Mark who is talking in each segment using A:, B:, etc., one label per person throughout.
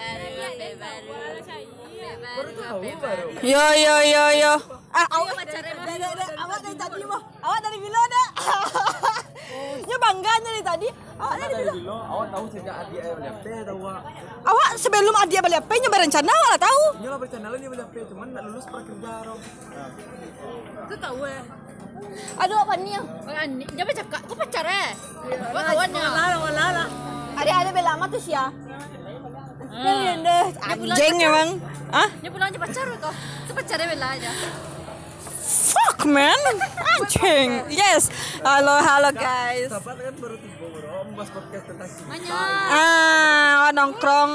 A: Bebek baru. Bebek
B: Baru tahu baru.
C: Yo yo yo yo. Ah,
A: Ayo
C: awak
A: pacarnya
C: Dah, dah, dah. Awak dari tadi mau. Awak dari bila dah? Nya bangganya dari tadi. Awak dari
B: Dari dulu, awak tahu sejak adik ayah beli HP tahu awak.
C: awak sebelum Adia balik apa nya berencana awak lah tahu.
B: Ini lah bercanda dia beli HP, cuman nggak lulus prakerja rom.
A: Itu tahu ya.
C: Aduh apa nih?
A: Oh, Andi, dia pacar kak. Kau pacar
C: eh?
A: ya?
C: Iya,
A: Kau kawannya. Lala, lala.
C: Ada ada bela amat tuh sih ya.
A: Hmm.
C: Anjing emang. Ah,
A: Dia pulangnya pacar kau. Itu pacarnya Bella aja.
C: fuck man. Anjing. Yes. Halo halo guys.
B: Sahabat kan baru tiba rom, bahas podcast tentang cinta.
A: Banyak.
C: Ah, awak nongkrong.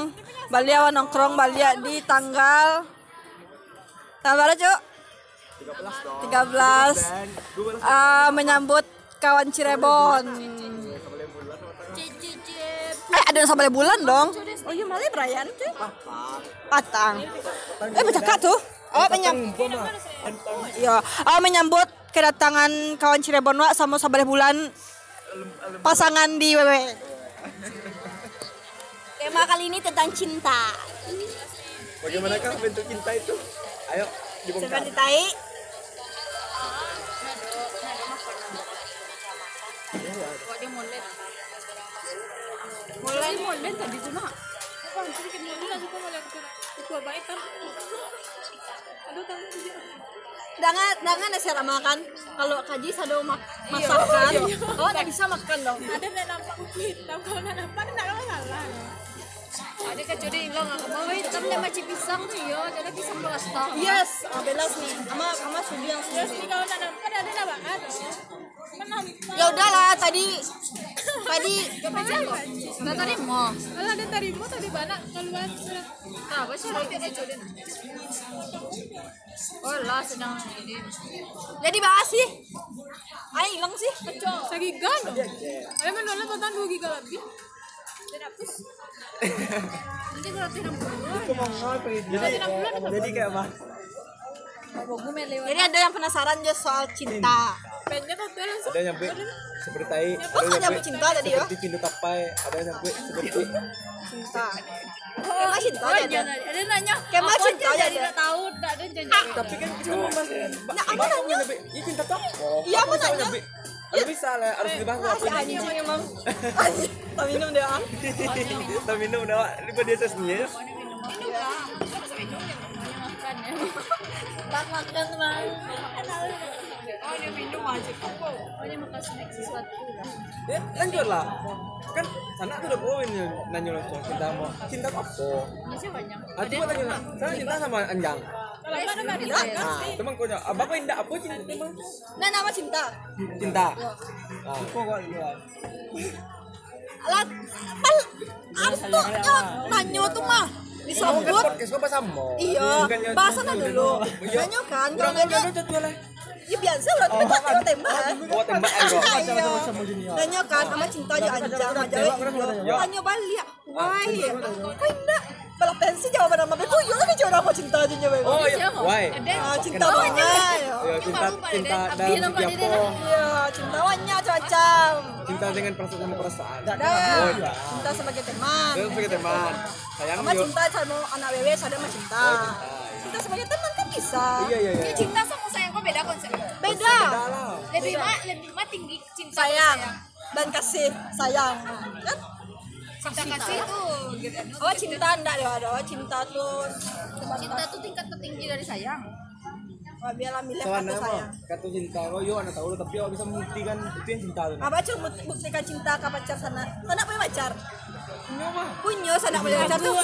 C: Bali awak nongkrong Bali di tanggal tanggal berapa, Cuk?
B: 13 dong.
C: 13
B: Dan gue balas
C: Ah, menyambut kawan Cirebon.
A: Cicip.
C: Eh, ada yang sampai bulan dong. Oh iya, malah perayaan cuy. Patang. Eh, bercakap tuh. Awak menyambut
B: ngumpul mah. Tentang
C: Iya, awak menyambut kedatangan kawan Cirebon wak sama sampai bulan pasangan di E. WW. Tema kali ini tentang cinta.
B: bagaimanakah bentuk cinta itu? Ayo dibongkar.
C: Seperti tai.
A: Kok dia molen? Mulai molen tadi cuma.
C: Jangan jangan ada cara ya, makan. Kalau kaji sado mak masakan. Iya. Oh, tak bisa makan dong.
D: ada nak nampak kulit tahu kalau nak nampak nak kau salah
A: Ada kacuri hilang aku mau hitam dia macam pisang tuh yo. Jadi pisang belas tahun.
C: Yes, ah, belas nih. Ama ama sudi yang
D: terus
C: sudi.
D: ni kalau nak nampak ada nak bakat menampak
C: Ya udahlah tadi tadi
A: Dia pacar kau. Nah tadi mau.
D: kalau ada tarimu tadi banyak keluar sudah
A: Tahu Ah, apa sih lagi kacuri? Oh lah sedang ini.
C: jadi bahas sih. Ayo hilang sih.
D: pecah segi gano ada menolak tentang dua giga lebih tidak pus
A: Nanti kalau tidak
D: Oh,
A: mau.
D: iya.
B: Jadi jadi kayak apa?
C: Jadi ada yang penasaran aja soal cinta.
D: pennya kau tuh langsung
B: Ada yang nyampe seperti tai, ada
C: Kok kan
B: yang
C: nyambut
B: nyampe
C: cinta tadi ya?
B: seperti pintu tapai, ada yang nyampe seperti
C: Cinta. Kayak cinta
D: iya.
A: Oh,
C: aja.
A: jangan. Ada nanya.
C: Kayak
A: apa aja
C: macet aja
A: jadi
C: ada.
A: nggak tahu, nggak ada
D: Ah,
A: janji.
B: tapi kan kita mau bahas ya.
C: Nah, aku nanya.
B: Ini cinta tak?
C: Iya, aku nanya.
B: Harus bisa lah, harus dibahas lah.
C: Masih anjing emang. Anjing. Tak minum deh ah.
B: Kita minum dah, Wak. ini pada sesnya.
A: ya. Tak makan teman. Oh dia minum aja kok. Oh dia makan snack sesuatu.
B: Ya, lanjut lah. Kan sana tuh udah poin ya, nanya lo soal cinta mau. Cinta apa?
A: Masih banyak.
B: Ah, coba tanya lah. Saya cinta sama Anjang.
D: kalau ada nak
A: Iya.
B: Nah, teman kau jawab, abang kau indah apa cinta? Bang?"
C: Nah, nama cinta.
B: Cinta. Ah, kok kau lihat?
C: Alah, pal. Antuk ya nanya tuh mah.
B: Kan
C: Disambut.
B: podcast kau bahasa mau.
C: Iya, bahasannya dulu.
B: Iya.
C: Nanya kan, kalau nanya, ya biasa udah kita tembak tembak.
B: Kau tembak aja.
C: Iya. Nanya kan, sama cintanya anjang, sama jawa itu. Tanya balik, why? Kau indah. Kalau pensi jawaban sama beku, ya kan jawaban sama cinta aja nyawa.
B: Oh, iya. Why?
C: Ah, cinta banget.
B: Ya, cinta cinta dan siapa?
C: Iya, cinta banyak macam.
B: Cinta dengan perasaan sama perasaan.
C: Dah,
B: Oh, iya.
C: cinta sebagai teman.
B: Terus sebagai teman. Sayang
C: Sama
B: yuk.
C: cinta sama anak wewe, sama sama cinta. Cinta sebagai teman kan bisa.
B: Oh, Iya, iya, iya.
A: Cinta sama sayang kok beda konsepnya.
C: Beda.
B: Dah lah.
A: Lebih mah lebih mah tinggi cinta
C: Sayang dan kasih sayang. Kan?
A: Cinta kasih itu gitu.
C: Oh cinta enggak ya ada cinta tuh
A: Cinta tuh tingkat tertinggi dari sayang.
C: Wah, biarlah milih
B: Salah
C: kata
B: nama.
C: sayang.
B: Kata cinta kau, yo anak tahu lo, tapi kau bisa membuktikan itu yang cinta lo.
C: Apa cuma buktikan cinta ke pacar sana? Sana punya pacar?
B: Enggak mah.
C: Punya sana punya pacar tuh.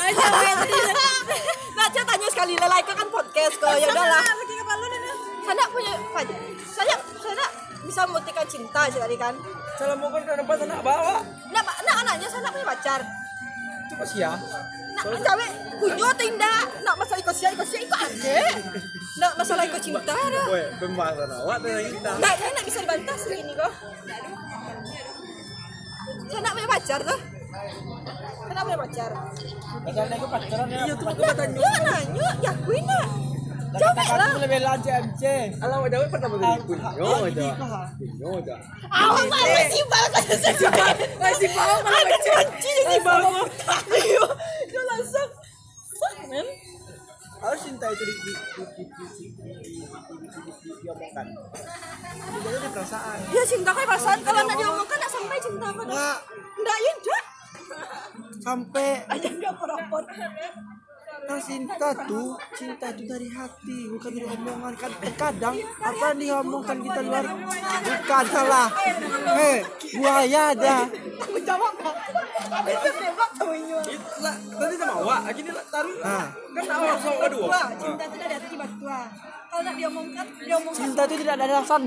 C: Nah, coba tanya sekali lah, like kan podcast kok ya udahlah.
D: lagi kepala dan
C: Sana punya pacar. Saya sana bisa membuktikan cinta aja tadi kan.
B: Salah mau kan kenapa anak bawa?
C: Nah, pa- nah anaknya sana punya pacar.
B: Cepat sih ya.
C: Nak cawe punya atau tidak? Nak masalah ikut sia ikut sia ikut aja. Nak masalah ikut cinta dah.
B: Woi, pembahasan awak tentang cinta.
C: Nggak, dia nggak bisa dibantah sih ini kok. Saya nak punya pacar tuh. Kenapa punya pacar?
B: Masalahnya aku pacaran ya. Iya, tuh
C: Nah, yuk, nah, yuk, ya gue nak. Coba lah.
E: lebih lanjut MC.
B: Alah, wadah pertama kali punyo aja. Punyo aja.
C: Awas, awas sih banget. Masih banget. Masih banget. Ada kunci jadi banget. Ayo, dia langsung. Fuck
B: cinta itu di di di di di di di- di- di- di- di- diomongkan. Jadi di perasaan.
C: Ya cinta kayak perasaan kalau nggak diomongkan nggak sampai cinta aku.
B: Nggak.
C: Nggak ya nggak.
B: Sampai
C: Aja nggak perapot.
B: nah cinta tuh cinta itu dari hati bukan dari omongan kan kadang apa yang diomongkan kita luar bukan salah hei buaya ada
C: Aku jawab nggak. Aku itu nembak sama Inyo.
B: lah tadi sama awak gini lah taruh nah. kan awak sama awak dua
C: Wah, cinta itu dari hati batua. Kalau nggak diomongkan, diomongkan.
B: cinta itu tidak ada alasan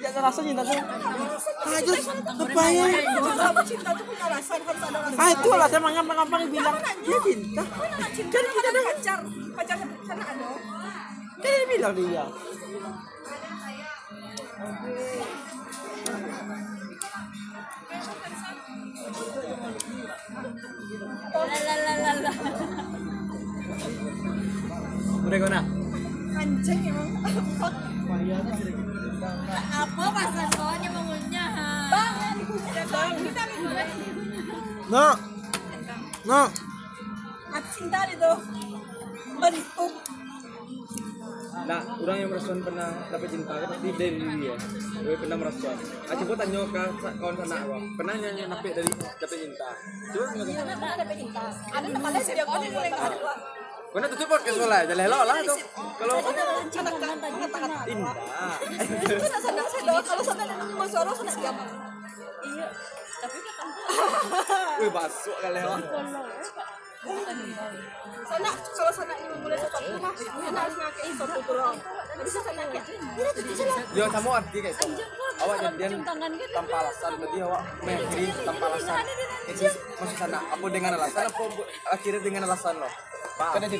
B: tidak ada alasan cinta itu harus
C: ya?
B: kebayang
C: Kalau kamu cinta itu punya alasan harus ada alasan.
B: ah itu alasan mengapa mengapa bilang dia cinta
C: Mana nggak cinta? Kan kita ada pacar, pacar sana ada.
B: kan dia bilang dia udah kena
C: Anjing ya emang. Fuck.
A: Apa pasal soalnya bangunnya?
C: Bang, bang, kita eh. minggu
B: no no
C: Aku cinta itu bentuk
B: Nah, orang yang merasakan pernah dapat cinta kan pasti dari dia. Gue pernah merasakan. Aku pun tanya ke sa- kawan sana aku, pernah nyanyi nape dari dapat cinta? Coba nggak?
C: ada tempat lain dia kau yang ada
B: Karena tutup podcast lah, jadi lo lah tuh. Kalau
C: anak kan kata-kata
B: indah,
C: itu nak sana saya doa kalau sana nak mau suara sana siap
B: wih basuk kali lo.
C: sana kalau sana ini mulai sesuatu mah sana harus ngakai sesuatu turun jadi sana kayak ini tuh sana
B: Dia sama arti kayak itu. Awak jadian tanpa alasan, berarti awak mengakiri tanpa alasan. Itu maksud sana, aku dengan alasan, aku akhirnya dengan alasan lo. Karena di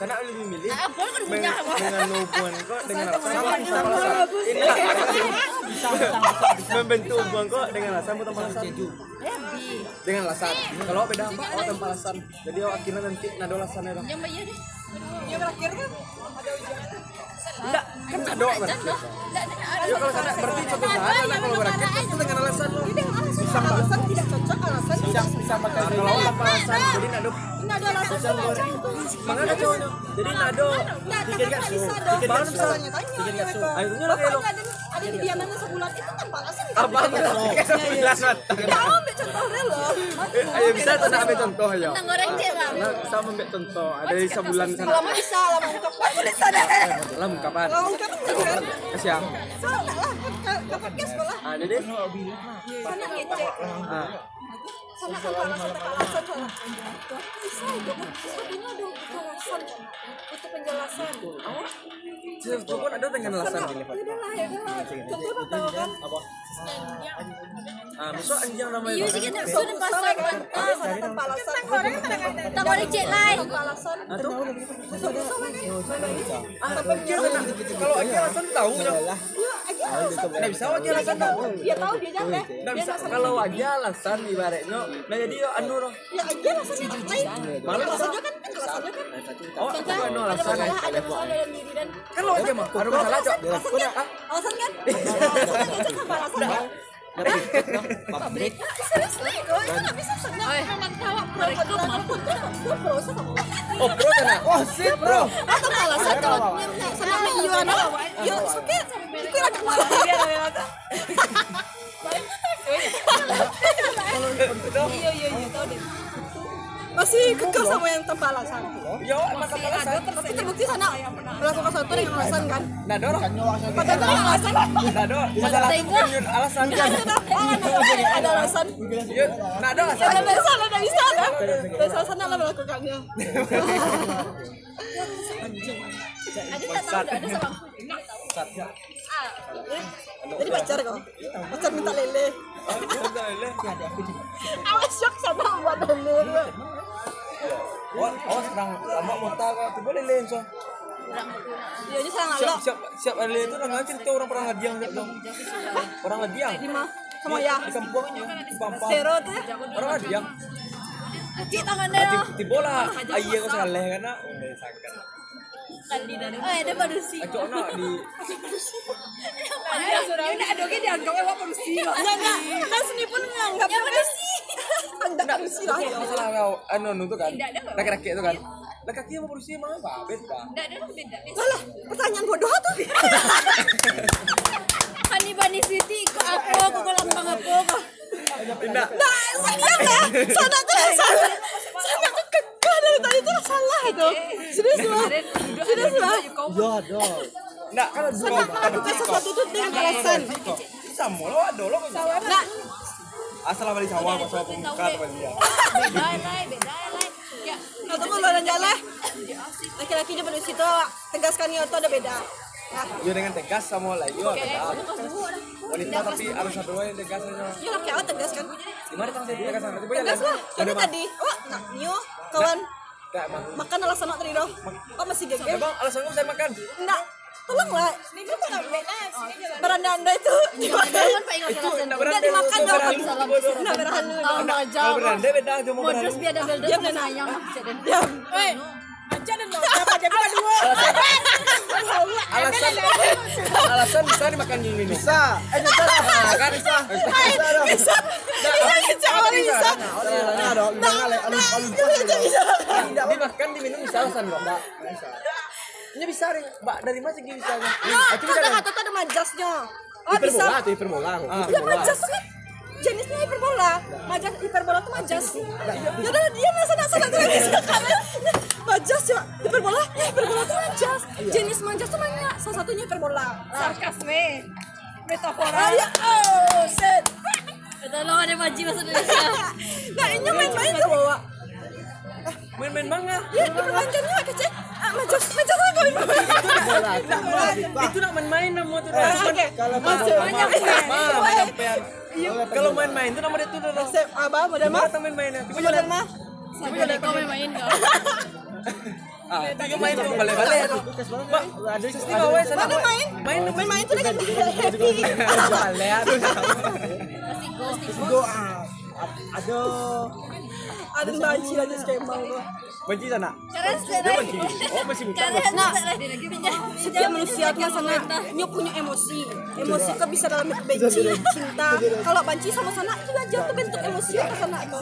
B: sana lebih milih meng- dengan hubungan kok dengan alasan sama tanpa alasan. Inilah membentuk hubungan kok dengan alasan bukan tanpa alasan. Dengan alasan. Kalau awak beda apa, awak tanpa alasan. Jadi awak akhirnya nanti nado alasannya lah.
A: Yang bayar deh.
C: yang berakhir kan
B: Enggak, kan nado berarti.
A: Enggak ada
B: Yuk kalau sana berarti coba sana lah kalau berakhir itu dengan alasan lo.
C: ini alasan alasan tidak cocok alasan tidak
B: sama kayak kalau tanpa alasan jadi nado
C: ini ada alasan sama itu
B: makanya cowoknya jadi nado
C: tidak ada bisa dong
B: Pikir gak su?
C: tanya
B: Pikir gak su?
C: tanya
B: Ayo, tunjuk lah kayak lo.
C: ada ada di diamannya sebulan itu tanpa alasan kan?
B: Abang kayak sama jelas banget.
C: Ya, ambil contohnya loh.
B: Ayo bisa tak nak ambil contoh ya.
A: orang cewek.
B: Nah, sama ambil contoh. Ada di sebulan sana.
C: Kalau mau bisa, kalau mau ungkapkan tulis sana.
B: Dalam kapan?
C: Kalau ungkapkan kan?
B: Siang.
C: Sana lah, ke podcast sekolah.
B: Ah, jadi
C: Sana ngecek.
B: ah,
C: Sana tanpa alasan, tanpa alasan. sana. Bisa, itu sepertinya ada penjelasan. Itu penjelasan.
B: cukup ada dengan alasan
C: Sana,
B: gini Pak.
C: yaudah lah, yaudah lah. Contohnya apa tau kan?
B: Apa? Ah, besok anjing namanya.
A: Iya
B: Pak.
A: sih kita
C: Sana
A: sudah
C: pasal
A: pasang.
C: kan? Sana tanpa alasan.
A: Tak boleh cek lain.
C: Tanpa alasan.
B: Ah, tuh.
C: Susah-susah kan?
B: Ah, kira sana. Kalau anjing alasan tahu ya.
C: Iya, aja alasan.
B: Enggak bisa anjing alasan tahu.
C: Dia tahu dia jangan.
B: Enggak bisa kalau aja alasan ibaratnya. Nah, jadi ya anu loh.
C: Ya aja alasannya yang lain.
B: Malah
C: Alasannya kan, kan alasannya kan.
B: Oh,
A: Contoh
B: anu
A: ada
B: alasan.
A: masalah, ada masalah dalam diri dan
B: Kan lo aja mah. Ada masalah, Cok. Iya.
C: Alasan kan? Alasan kan? Alasan kan? Coba alasan kan?
B: Pabrik.
C: Seriously, loh, itu nggak bisa senang.
A: memang tahu
C: Mereka walaupun dia dia proses sama alasan.
B: Oh, bro, sana. Oh, sip, bro.
C: Atau alasan kalau dia senang sama you, ano? You, sakit. Ikut lagi malah. Iya, iya, iya, tahu deh. Masih kekeh sama yang tanpa alasan.
B: Yo, mata alasan.
C: Tapi terbukti sana melakukan sesuatu dengan alasan kan?
B: Nah, dorong.
C: Padahal dengan alasan.
B: Nah, dorong. Masalah itu penyun alasan kan.
C: Ada alasan.
B: Yo, nah, ada alasan.
C: Ada dari sana, dari sana. Dari sana, sana lah ya. melakukannya.
A: ada tak tahu ada sama aku. Ah,
C: Jadi pacar kok. Pacar minta lele.
B: Oh,
C: Awas syok sama buat lele.
B: Oh, oh, serang lama muta kok. Coba lele so.
C: Ya ini sangat
B: Siap,
C: lo.
B: siap, siap lele itu orang cerita orang pernah ngadiang gitu. Orang ngadiang.
C: Lima sama ya.
B: Di kampung, di pampang.
C: Zero tuh. ya.
B: Orang ngadiang.
A: cuci tangan
B: Nah,
A: dia.
B: ti- tiba lah. Aiyah kau salah karena. Udah sangkan.
A: Oh, ada manusia.
B: Acok nak di.
A: Ada sudah. Ini ada oke dianggap apa manusia.
C: Enggak enggak. Kan sini pun menganggap
A: Ya
C: Anda manusia lah. ya.
B: Masalah kau anu anu tu kan.
A: Tidak ada.
B: Rakyat-rakyat tu kan. Lah kaki mau berusia mah babet kah?
A: Enggak, dia beda.
C: Lah lah, pertanyaan bodoh tuh.
D: Hani Bani Siti, kok aku, aku kolam bang aku, kok.
B: Tidak.
C: Nah, saya lah, sana tuh yang salah. Sana tuh kekeh dari tadi tuh salah itu. Serius lah, serius lah.
B: Enggak kan dua
C: Sana melakukan sesuatu tuh dengan alasan.
B: bisa mulu ada lo kan.
C: Nah,
B: Asal awal sawah pas sawah pembuka tuh dia.
A: Beda lain, beda lain. Ya,
C: atau mau lawan jalan? Laki-lakinya penuh situ tegaskan itu ada beda. Nah,
B: Yo dengan tegas sama lah yo tetap. Wanita tapi harus ada yang tegas aja.
C: ya laki awak tegas kan?
B: Gimana kan saya tegas sama?
C: Tegas lah. Karena tadi, oh, nah, nyu, kawan,
B: Enggak, Bang.
C: makan alasan awak tadi dong. Oh, masih
B: Ya,
C: geger.
B: Bang, alasan kamu saya makan.
C: Enggak, tolonglah. Ini kan beranda anda itu dimakan.
B: Itu enggak
C: Enggak
B: berandai.
C: dimakan dong. Enggak berahan dulu.
D: Tahu aja.
B: Kalau berandai beda cuma
D: Modus
B: berandai.
D: biar ada
C: Diam,
D: belda sama
C: Nana.
D: sayang. Jaden.
C: Diam.
D: Weh, aja dan lo. Siapa jadi kedua?
B: Alasan alasan bisa dimakan yang ini. Bisa. Eh, bisa lah. Kan bisa.
C: Bisa. Bisa kecewa bisa. Nah, nah, itu bisa.
B: Tidak dimakan diminum bisa alasan kok, Mbak. Bisa. Ini bisa, Ring. Mbak, dari mana segi bisa? Itu
C: Itu
B: bisa. Ring.
C: kata ada majasnya. Oh, bisa.
B: Hiperbola atau hiperbola? Ah,
C: Ya majas tuh kan jenisnya hiperbola. Majas hiperbola tuh majas. Ya udah dia masa nak sana tuh bisa kalian. Majas ya hiperbola, ya hiperbola tuh majas.
B: Iya.
C: Jenis majas tuh banyak. Salah satunya hiperbola.
A: sarkas weh. Metafora.
C: Ayo, oh, set.
D: Tolong ada maji bahasa Indonesia.
C: Nah, ini Ah. main-main tuh bawa.
B: Iya, Main-main manga.
C: Ya, diperpanjangnya kecil. Ah, majas, majas lah kau hiperbola.
B: Itu nak main-main nama tu.
C: Ah,
B: dah.
C: Oke, kalau banyak ya.
B: Ah, penyampaian. Iya. Kalau main-main tu nama dia tu dah.
C: Resep abah model mah,
B: Datang main-main. Tiba
C: model mah.
D: Jadi kau main-main kau.
B: Ah, tiga main tu balik-balik tu. Mak, ada sesi bawah sana.
C: Mana main? Main, main, main kan tuh dengan happy.
B: Balik tu.
C: ada banci aja skema lo
B: Benci sana.
A: Karena sekarang
B: Oh, masih buka.
A: karena sekarang lagi
C: setiap manusia kan sana nyu punya emosi emosi kau Iya. bisa dalam benci cinta kalau benci sama sana itu wajar tuh bentuk emosi ke sana tuh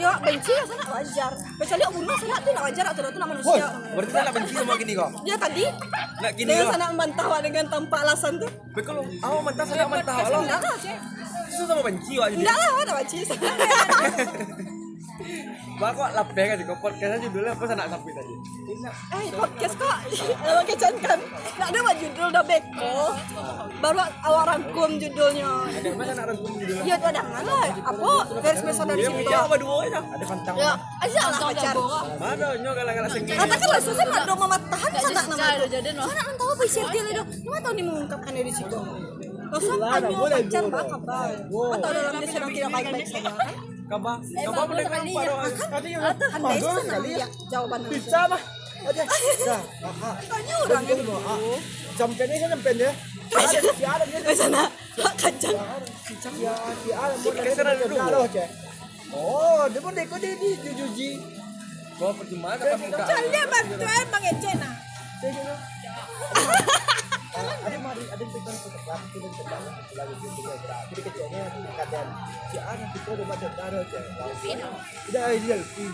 C: ya benci ya sana wajar kecuali umur sana tuh nggak wajar atau itu nak
B: Woi,
C: manusia
B: berarti tak nak benci sama gini kau.
C: dia tadi
B: Nak gini
C: dia
B: kau.
C: sana membantah awak dengan tanpa alasan tuh
B: Bekal awak mentah sana mentah awak.
C: enggak lah
B: Susah sama benci awak jadi.
C: enggak lah awak nak benci sana
B: Wah kok labe kan juga podcastnya judulnya apa sana sapi tadi?
C: eh podcast kok awak kecan kan nggak ada awak judul dah beko baru awak rangkum judulnya
B: Ada mana nak rangkum judulnya?
C: Iya tuh ada lah. Apa garis besar dari
B: Iya,
C: situ?
B: iya apa dua aja? Ada pantang.
C: Ya, aja lah pacar.
B: Mana nyo galang-galang senggeng.
C: Katakan lah susah mak dong mama tahan
D: Gak
C: sana
D: jadi
C: nama
D: jalan,
C: tuh.
D: jadi no.
C: Sana entah apa isi dia lah dong. Cuma tahu nih mengungkapkan dari situ. Masa tanya pacar mah kabar. Atau dalamnya sedang tidak baik-baik saja.
B: Kabar,
C: Eh,
B: kabar boleh kan apa dong? Tadi yang
C: Andai sana ya jawaban
E: Bisa mah. Aja. Bisa. Aha.
C: Tanya orang itu.
E: Jampen ini kan jampen ya. Ada si Adam ya.
C: Ke sana. Hak kacang.
E: Ya, si Adam mau dari
B: Kesan ada
E: dari-
B: dulu.
E: dari- dari- dari- Oh, dia mau deko dia di jujuji.
B: Gua percuma dapat muka.
C: Dia bantuan Bang Ejen ah.
E: Dia gitu. Ah, Ada mari ada yang pegang kotak lagi dan terbang lagi gitu ya. Jadi kecilnya di keadaan si Adam itu udah macam taruh aja. Tidak ideal sih.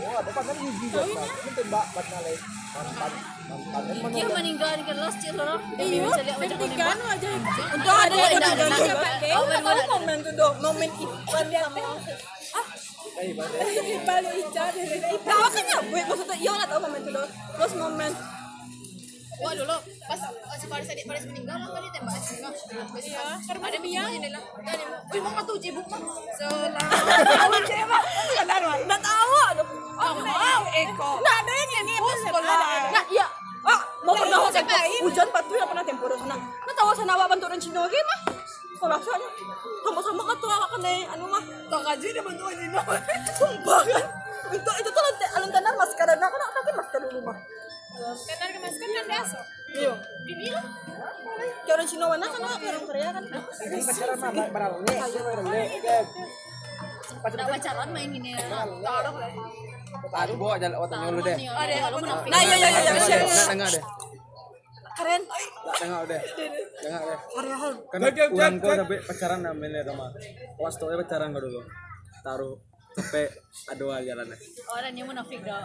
E: Oh, ada pantan jujuji. Ini tembak pantan lain. Pantan, pantan.
D: Dia meninggal di kelas dia orang. Iya,
A: Kan wajah
C: Untuk ada yang
D: Ada, ada,
C: ada
D: ada.
C: siapa deh?
D: Oh, baru ada.
C: Kalau lah momen tuh dong, momen Ipan dia sama. Ah, Ipan lu Ica deh. Ipan apa kan ya? Wait, maksudnya iya lah tau momen tuh dong. Terus momen
A: Wah dulu pas pas si Faris adik Faris meninggal lah kan ditembak sih lah. Iya, karena ada Mia ini lah. Dan ibu, ibu tuh ibu mah. Selama
C: Tahu siapa? Sadar mah. Nggak tahu. Aduh. Oh, mau.
A: Eko.
C: Nggak ada yang ini. Ipan
A: sekolah.
C: Nggak, iya. Ah, mau
A: Nah,
C: pernah
A: iya, siapa?
C: hujan patuh ya pernah tempur sana. Nggak tahu sana awak bantu orang Cina lagi mah. Sekolah soalnya sama-sama kan tuh awak kena anu mah.
A: Kok aja dia bantuan Nino.
C: Sumpah kan. Untuk itu tuh lantai- alun tenar maskara. Nah, kan aku pakai masker dulu mah.
A: Tenar kemas kan ada asok.
C: Iya.
A: Di Mia.
C: Kayak orang Cina mana kan kayak orang Korea kan.
E: Pacaran mah barang ini. Barang ini.
D: Tidak pacaran main gini.
B: Aku bawa jalan otak nyolu deh.
D: Ada, lu menafik.
C: Nah, iya iya iya iya.
B: Dengar deh, dengar deh.
C: Keren.
B: Dengar deh. Dengar deh.
C: Korea hal.
B: Karena orang gua sampai pacaran sama Melia sama. Kelas tuh pacaran gua dulu. Taruh sampai adual jalannya
D: Orang yang munafik dah.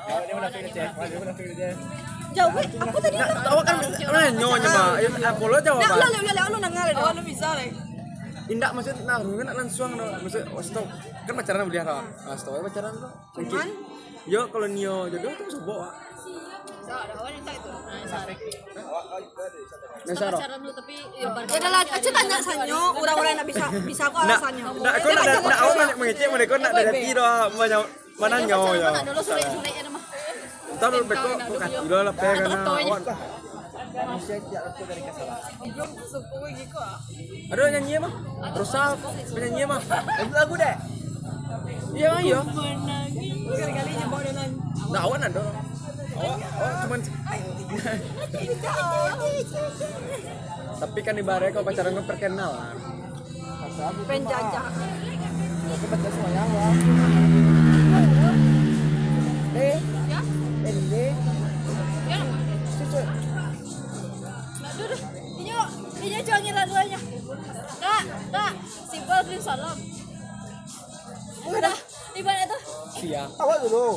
C: Jauh, weh, aku tadi nak
B: tahu kan nah, Eh, nyonya mah ya aku lo jawab
C: nak
B: Pak.
C: ulah ulah ulah ulah nangal dah. Ulah bisa leh.
B: indah maksudnya nah kan langsung no maksudnya oh, stop kan pacaran beli hara nah stop pacaran tuh mungkin yo kalau nio jodoh tuh bisa bawa
A: So, ada orang yang tak itu.
D: Nah,
B: nesaro
D: Cara dulu tapi ya
E: Oh,
D: bar-
C: Ya dah lah, aku tanya sanyo, urang-urang nak bisa bisa aku
B: nak
C: alasannya.
B: nak aku nak nak aku nak mengecek mereka nak dari tiro banyak mana nyo ya
D: Nak dulu sulit-sulit ada mah.
B: entar lu beko kok kat tiro lah pe kan awan aduh nyanyi mah rusal penyanyi mah itu lagu deh iya mah iya
C: Kali-kali je bawa dia nang.
B: nah awan ada awak awak cuman Tapi kan ibaratnya kalau pacaran kan perkenalan.
C: Penjajah.
D: Ya. Nak dulu. Dia dia cuangin lah duanya. Kak, kak, simpel kirim salam. Udah, ibarat itu.
B: Siap.
E: Awal dulu.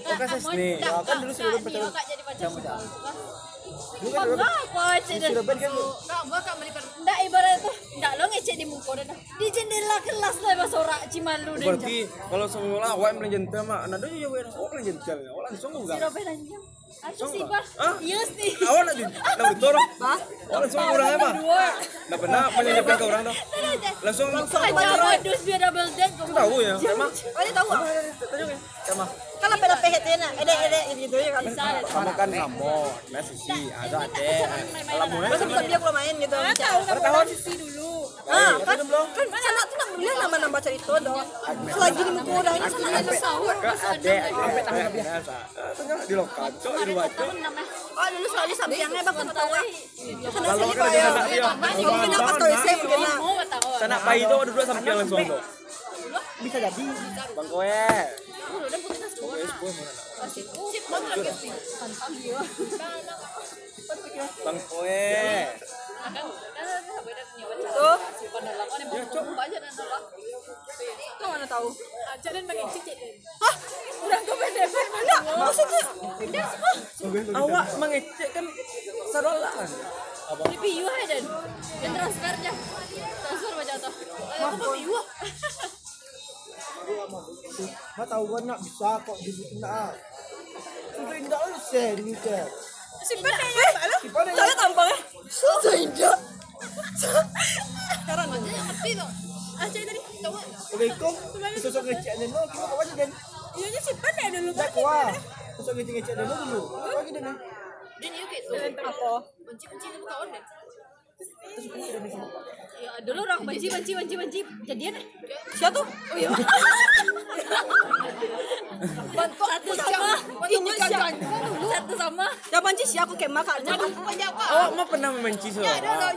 D: Kakak,
B: kasih
D: Amon,
B: sini.
D: Kak,
E: Ya, kan dulu
D: Kak,
E: sebelum
D: Kak,
E: pacaran.
D: Nio, Kak jadi pacar sekolah.
E: Dulu kan
D: Kok
E: dulu.
D: enggak aku cek dan
E: Sudah band kan lu.
A: Kak, gua kak beli per
D: Nggak ibarat itu Nggak lo ngecek di muka dah Di jendela kelas lah mas orang Ciman lu dan
B: Berarti kalau semula awak yang paling gentle mah, nah dia juga yang awak paling gentle, awak langsung enggak.
D: Robe dan jam Aku
B: Sama.
D: sih bar
B: Hah?
D: Yes nih
B: Awak nak jujur, nak betul lah. Awak langsung orang apa? Nah benar, penyelidikan ke orang tuh. Langsung
D: Aja modus biar double date
B: Aku
D: kamu
B: tahu ya, emang.
C: Oh dia tahu. Kan ah?
B: Tanya ya, sama.
C: Kalau pela pehetena, ede ede gitu ya kan.
D: Bisa ada
B: Kamu kan Rambo, nah sisi, ada ada. Alamunya
C: Masa bisa dia keluar main gitu.
D: Tahu kamu
B: tahun?
D: posisi dulu
C: Ah, kan kan sana tuh nak beliau nama-nama cerita dong. Selagi di muka orang sana ada sahur.
B: ke ada, sampai tangan biasa. Tanya di lokal, cok di luar cok.
C: Oh dulu selalu sampingnya bakal tahu. Sana
B: Kalau
C: sini
B: kan ada
C: kayak.
B: anak dia.
C: Kau kena pas tahu saya mungkin ah. lah.
D: Mau gak tahu
B: Sana pai itu ada dua sampai yang langsung tuh.
E: Bisa jadi.
B: Bang kowe.
A: Sip, mau lagi sih.
B: Bang kowe.
C: Tuh,
B: Ya, cok.
C: tuh mana tahu.
D: Aja dan pakai cicit dan
C: Hah? Udah kau beda. Enggak, maksudnya. Hah?
B: Awak mengecek kan sarola.
D: Di PU aja dan Dan transfernya Transfer macam tuh Aku mau PU
E: Nggak tahu gua nak bisa kok dibutuhin nak. Sudah indah lu serius ya.
C: Simpen ya. Soalnya tampangnya. So indah. Sekarang dong.
A: Tapi ah, tuh,
C: Aja tadi.
A: tahu nggak?
E: Oleh kau, sosok ngecek dan lu kau apa aja dan
C: Iyanya simpen ya dulu
E: tak kuah. Sosok ngecek ngecek dan lu dulu. Apa lagi dan?
A: Dan yuk itu.
C: Apa?
A: Benci-benci itu kawan deh.
D: Ya dulu orang banci banci banci banci Jadian eh
C: Siapa tuh? Oh iya.
D: Bantu satu sama
C: Inya siapa?
D: Satu sama
C: Jaman sih aku kayak makan.
B: Awak mah Oh, pernah membenci sarola.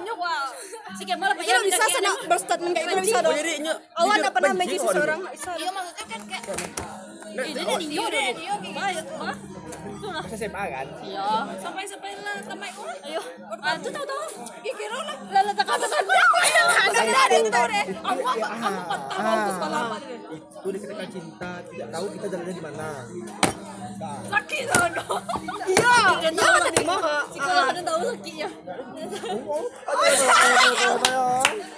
D: Si Kemal
C: Jadi lo Iya, bisa sana berstatement kayak itu bisa
B: Oh,
C: dong.
B: jadi nyo.
C: Awal tak pernah megi seseorang nggak bisa.
A: Iya maksudnya kan kayak
D: Ini dia dia dia kayak mah.
E: Masa SMA kan?
D: Iya. Sampai sampai lah sampai orang. Ayo. Ah, tuh tahu tahu. Ih, kira lah. Lah lah tak kata kan. Ada ada itu deh. Aku
E: Iya.
D: apa? Aku
E: Ah.
D: kota mau ke sekolah apa deh.
E: Itu dikatakan cinta, tidak tahu kita jalannya di mana.
D: Sakit tau dong.
C: Iya. Iya kata di mana?
D: Si
B: Ah.
D: kalau ada tahu ya. sakitnya.
E: Oh,
D: Ah.
E: ada yang tahu, tahu, tahu.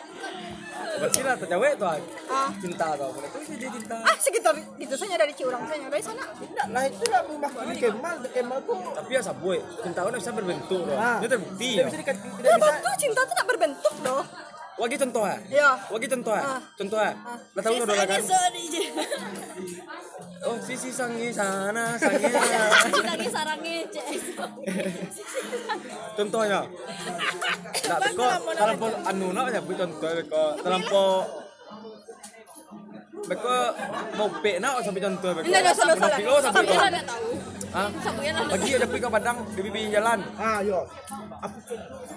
B: Berarti lah terjawab itu ah.
C: Ah.
B: Cinta tau. Itu sih dia cinta.
C: Ah sekitar gitu saja dari Ciurang saja dari sana.
E: Nah itulah rumah ini Kemal, Kemal kok
B: Tapi ya sabue, cinta kan bisa berbentuk loh.
E: Ah.
B: Ini terbukti
E: tidak
B: ya.
E: bisa dikat, tidak
C: Ya
E: bisa.
C: bantu cinta tuh tak berbentuk loh.
B: Wagi contoh ah.
C: Ya.
B: Wagi contoh ah.
C: Ah.
B: Contoh ah. Lah tahu sarola kan. Oh, sisi sangi sana, sangi. sana.
D: Lagi sarangnya CS.
B: Contohnya. Enggak beko, talampo anu nak ya contoh beko, talampo Beko bopek nak sampai contoh beko.
C: Ini ada salah salah.
B: Munafik lo sampai
C: Tapi
B: kau.
C: ada tahu.
B: Hah?
D: Sampai lah.
B: Lagi ada pergi ke padang di bibir jalan.
E: Ah, yo. Aku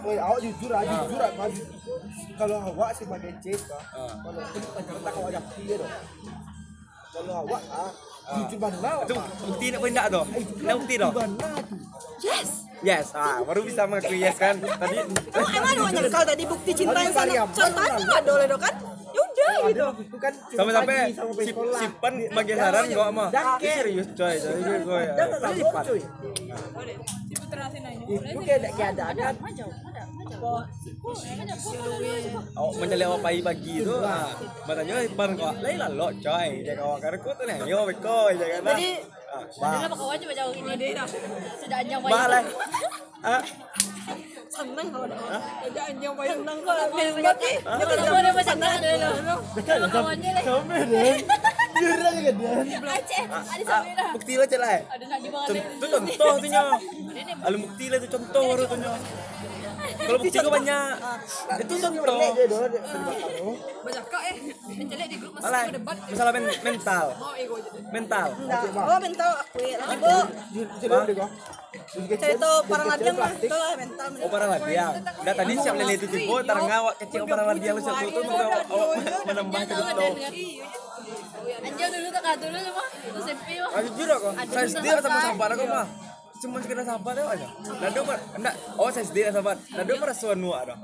E: Oi, awak jujur aja, jujur aja. Kalau awak sebagai cewek,
B: Ah.
E: kalau pun pacaran tak awak jaki dia doh. Kalau awak ah, jujur mana
B: Itu
E: awak?
B: bukti nak benda tu. Nak bukti tu.
E: Eh, Jujur mana tu?
C: Yes.
B: Yes, ah baru bisa mengakui yes kan. Tadi
C: Oh, Emang emang ada banyak kau tadi bukti cinta yang sana. Contohnya nggak boleh dong kan? Yaudah,
E: Ah, itu itu kan cuma
B: Sampai-sampai
E: pagi sama
B: sip-
E: sekolah.
B: sipan bagi saran gua mah. Ini
E: Dan kayak- kan
B: serius coy, coy. Ini gua ya.
E: Dan tak tahu, cuy. Itu kayak ada kayak ada kan? ada
B: Awak menyelip awak pagi-pagi tu. ah. Matanya sipan kau. Lain lah lot coy. Ya, Dia kau akan rekod tu nih. Yo beko je kan. Jadi
D: Kenapa kau aja jauh ini deh dah. Sudah anjang
B: bah lah. Ah,
C: senang kalau ada orang ada anjing banyak senang kalau main mati
D: Ya kenapa ada macam tak ada lah. Kenapa kawannya lah.
E: sampai deh. Jurang juga Dan.
D: Aceh, ada
B: ah,
D: sampai dah.
B: bukti lah je lah.
D: Ada nak dibangat.
B: Con- Tu contoh tu nyo. Alu bukti lah tu contoh baru tu nyo. Kalau bukti kau banyak. Itu contoh.
E: Dia dorong dia terima kamu.
A: Bercakap eh. Menjelek di grup masih
B: Malah
A: berdebat.
B: masalah men- mental.
D: oh,
B: Mental.
C: Nah, oh mental aku ya lagi bu
E: Jurang dia kok.
C: saya itu parang latihan lah itu lah mental
B: Oh parang lah dia. Dah tadi siap lele itu tipu tarang awak kecil parang lah dia lu siap tu tu awak awak menambah ke tu.
D: Anjang Iya, dulu tak kata dulu mah. Tu sepi mah.
B: Aku jujur aku. Saya SD lah sama sabar aku mah. Cuma sekedar sabar aja. Nah dia mah enggak oh saya SD lah sabar. Nah dia merasa nua dah.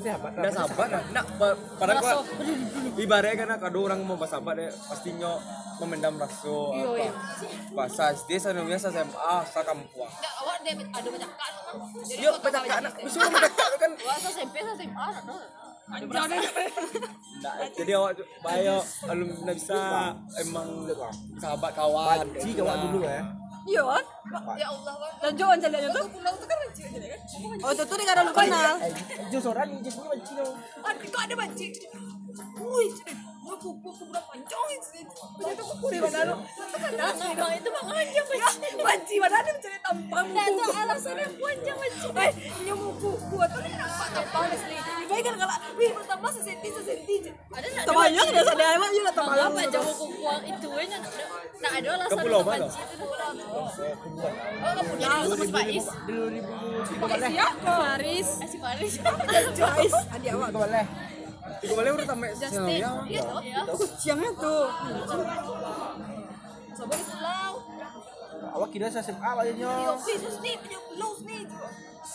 B: Enggak sabar dah. Enggak parang aku ibaratnya kan ada orang mau ya, bersabar dia pastinya memendam rasa apa. Bahasa SD saya biasa SMA saya kampung.
A: Enggak, awak dia ada bercakap tu kan. Jadi
D: Iya,
B: Yuk bercakap anak, disuruh bercakap tu kan
D: Wah, tu sepi tu sepi. Ah, tak tahu.
B: Nah, jadi awak tu- bayo kalau nak bisa emang sahabat kawan.
E: Si jawab dulu eh.
C: iya
A: ya Allah kan.
C: dan jualan jalannya tuh
A: Pulang tu kan mencik je kan.
C: oh itu tuh negara lu kenal
E: Eh, Jo soran Jo sini macam tu.
A: Aduh, kau ada mencik. Ui, gua kuku aku berapa panjang ni. Macam tu kuku dia mana tu.
D: Nah, itu mah anjang macam.
C: panci mana ada mencari tampang
D: Nah, tu alasannya panjang macam.
C: eh nyemu kuku atau nih nampak tampang asli ini kan kalau wih bertambah sesenti sesenti
D: Ada nak ada
C: tampangnya nggak sadar emang iya lah tampang
D: apa jauh ke kuang itu eh nak nak ada alasan
B: Ke pulau
D: untuk
B: mana?
D: panci itu dulu lah.
A: Oh, aku jadi sama Pak Is.
D: Siapa? Paris. Eh, si Paris.
C: guys adik awak
E: Kau boleh.
B: Iku boleh udah sampai
D: Justin. Iya toh, ya.
C: aku siangnya tuh
D: Sabar di pulau.
E: Awak kira saya SMA lah je nyo.
C: wih sus nih punya blouse nih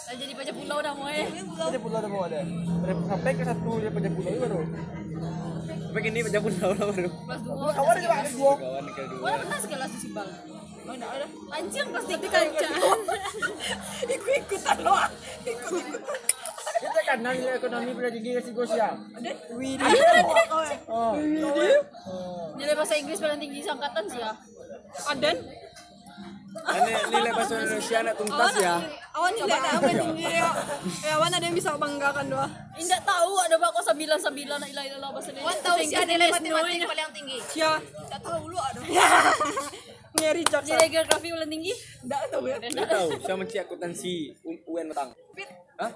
D: Dah jadi pajak pulau dah moe.
E: Dia pulau dah bawa dia. Dia Sampai ke satu dia punya pulau ni baru.
B: ya? Sampai kini macam pun tahu lah baru.
D: Kelas dua.
E: Kawan dia juga ada dua.
B: Kawan kedua.
D: Mana pernah segala di Sibal? Oh, enggak ada. Anjing pasti kancang.
C: ikut ikutan loh ikut ikutan
E: Kita kan nang ekonomi boleh jadi kasih gua siap.
C: wih
E: Oh.
D: Nilai bahasa Inggris paling tinggi seangkatan sih ya.
C: aden
B: Ini nilai bahasa Indonesia nak tuntas ya.
C: awan tidak ada apa tinggi ya ya awan ada yang bisa banggakan doa
D: Enggak tahu ada bakal sembilan sembilan ilah ilah bahasa Indonesia.
A: Kau tahu siapa nilai matematik paling tinggi?
C: cia
A: Tak tahu lu ada.
C: ngeri jaksa
D: Nilai geografi paling tinggi?
C: tidak tahu ya
B: Dia tahu, saya menci akuntansi U- UN utang. Hah?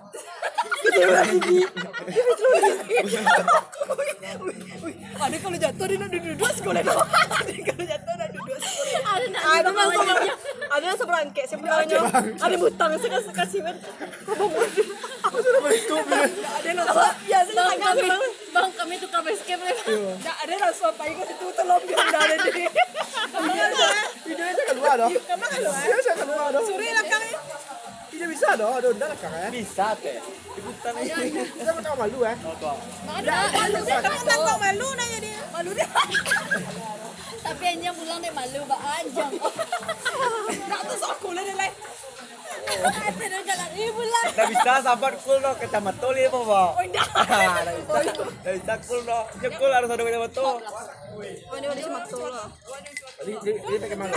C: ada kalau jatuh dia nak duduk dua sekolah doa ada kalau jatuh nak duduk dua sekolah
D: Ada
C: ada
D: nak
C: yang seberangnya ada yang seberangkek sebenarnya ada butang saya kasih kasih kan kau bangun aku sudah ada yang rasa biasanya
D: Bang
C: tangan
D: kami,
C: seberang
D: bang kami tukar base camp lagi.
C: tidak ada yang rasa apa ikut itu tolong dia tidak ada deh
E: Video dia keluar dah.
C: kamu kalau
E: Dia saya keluar dah.
C: suri lah kang eh.
E: Tidak bisa dah. Aduh, dah lah kan. eh.
B: Bisa teh. Ikutan ini.
E: Kita macam malu eh.
D: Ada.
C: Kamu tak tahu malu nanya dia. Malu dia.
D: Tapi anjang pulang deh malu bak anjang.
C: Tak tu sok lah dia lain.
D: Ada nak jalan ibu pulang.
B: Dah bisa sahabat kul no kecamatan ya bawa.
C: Oh dah.
B: Dah bisa, dah bisa kul no. Nyekul harus ada kecamatan.
C: Oh dia boleh cemak tu lah.
E: Jadi dia dia pakai mana?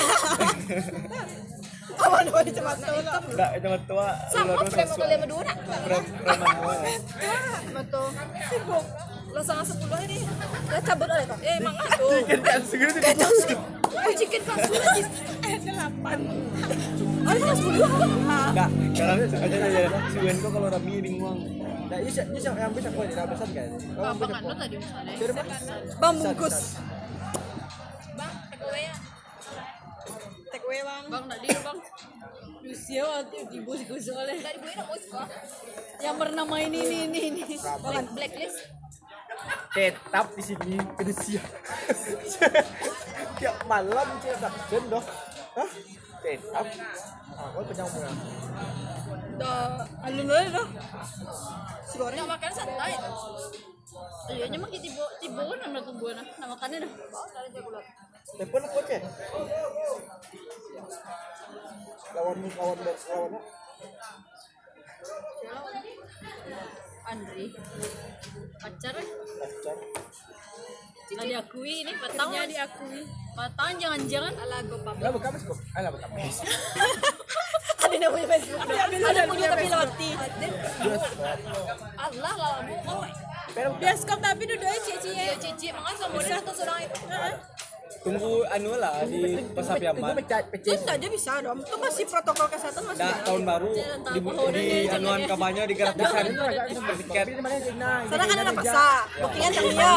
C: Apa dia boleh cemak tu lah.
B: Enggak, kecamatan. Sama
A: Kau boleh berdua nak?
C: Cemak tu. Sibuk. Lah sangat sepuluh ni. Dah cabut oleh kau. Eh mak tu.
B: Kan segera tu dia
C: Chicken kasu lagi. Eh delapan. Oh dia sangat sepuluh. Ah.
B: Enggak, karena aja aja Cuman kok kalau Rami bingung.
E: Nah, ini siap- ini siap yang bisa kau ni dah pesan kan? Kau
A: Apa
E: punya
A: kan lu tadi misalnya?
E: Kirim lah.
C: Bang bungkus.
A: Bang, take away ya.
C: Take away bang.
A: Bang, tadi bang.
D: Lucia waktu ibu sih soalnya.
A: Dari oh, gue nak musik.
D: Yang pernah main ini ini ini.
A: Bang, blacklist.
B: Tetap di sini Indonesia.
E: Tiap malam dia tak sen dah. Hah? Ah,
B: Tetap.
E: Aku kenyang murah.
D: Dah
C: Alun aja dah.
D: Nak makan santai. Iya, Ayo nyamak kita tiba tiba kan nama tubuh nak nak makannya dah.
E: Telepon aku cek. Lawan lawan lawan.
D: Andri pacar eh.
E: Pacar.
D: Lah diakui ini patahnya diakui. Patahan jangan-jangan ala go
E: Lah bukan mas kok. Alah bukan.
C: Ada namanya Facebook. Ada ada punya tapi lewati.
D: Allah lah kamu kau.
C: Bioskop tapi duduk aja cici.
D: Iya cici mangan sama dia satu seorang itu.
B: Tunggu anu lah di
E: Tunggu
B: Pasapiaman.
E: pecat pecah.
C: Itu aja bisa dong. Itu masih protokol kesehatan masih.
B: Nah, tahun baru di, di anuan kampanye di gratisan tiket.
E: Nah,
C: Sana kan ada pasar. Bookingan kan dia.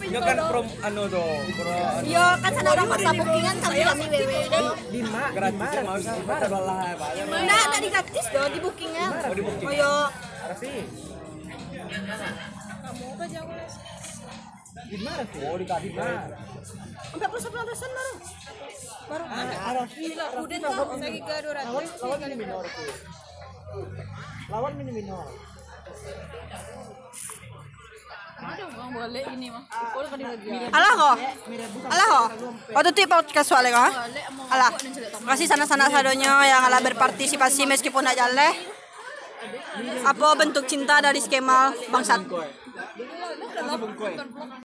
B: Ini kan prom anu tuh, pro anu.
C: Iya kan sana ada pasar bookingan kami kami wewe.
E: Lima, lima,
B: gratisan mau sih, ada dolar ya Pak.
C: Enggak, tadi gratis dong di bookingan.
B: Oh, di booking.
C: Oh yo,
E: Rafi. Lima Rafi.
B: Oh, di tadi Pak.
C: sampai puluh satu ratusan baru. Baru.
E: Rafi.
C: Udah tuh, lagi ke dua
E: Lawan lawan mini minor Rafi. Lawan mini minor.
D: Ada bang boleh ini mah. Kau kan lagi.
C: Alah kok. Alah kok. Oh tutup podcast soalnya kok.
D: Boleh mau
C: Alah.
D: aku dan cerita tamu.
C: Kasih sana-sana sadonya yang ala berpartisipasi meskipun tidak jaleh. Apa bentuk cinta dari skema bangsat?
D: Bukan vlog.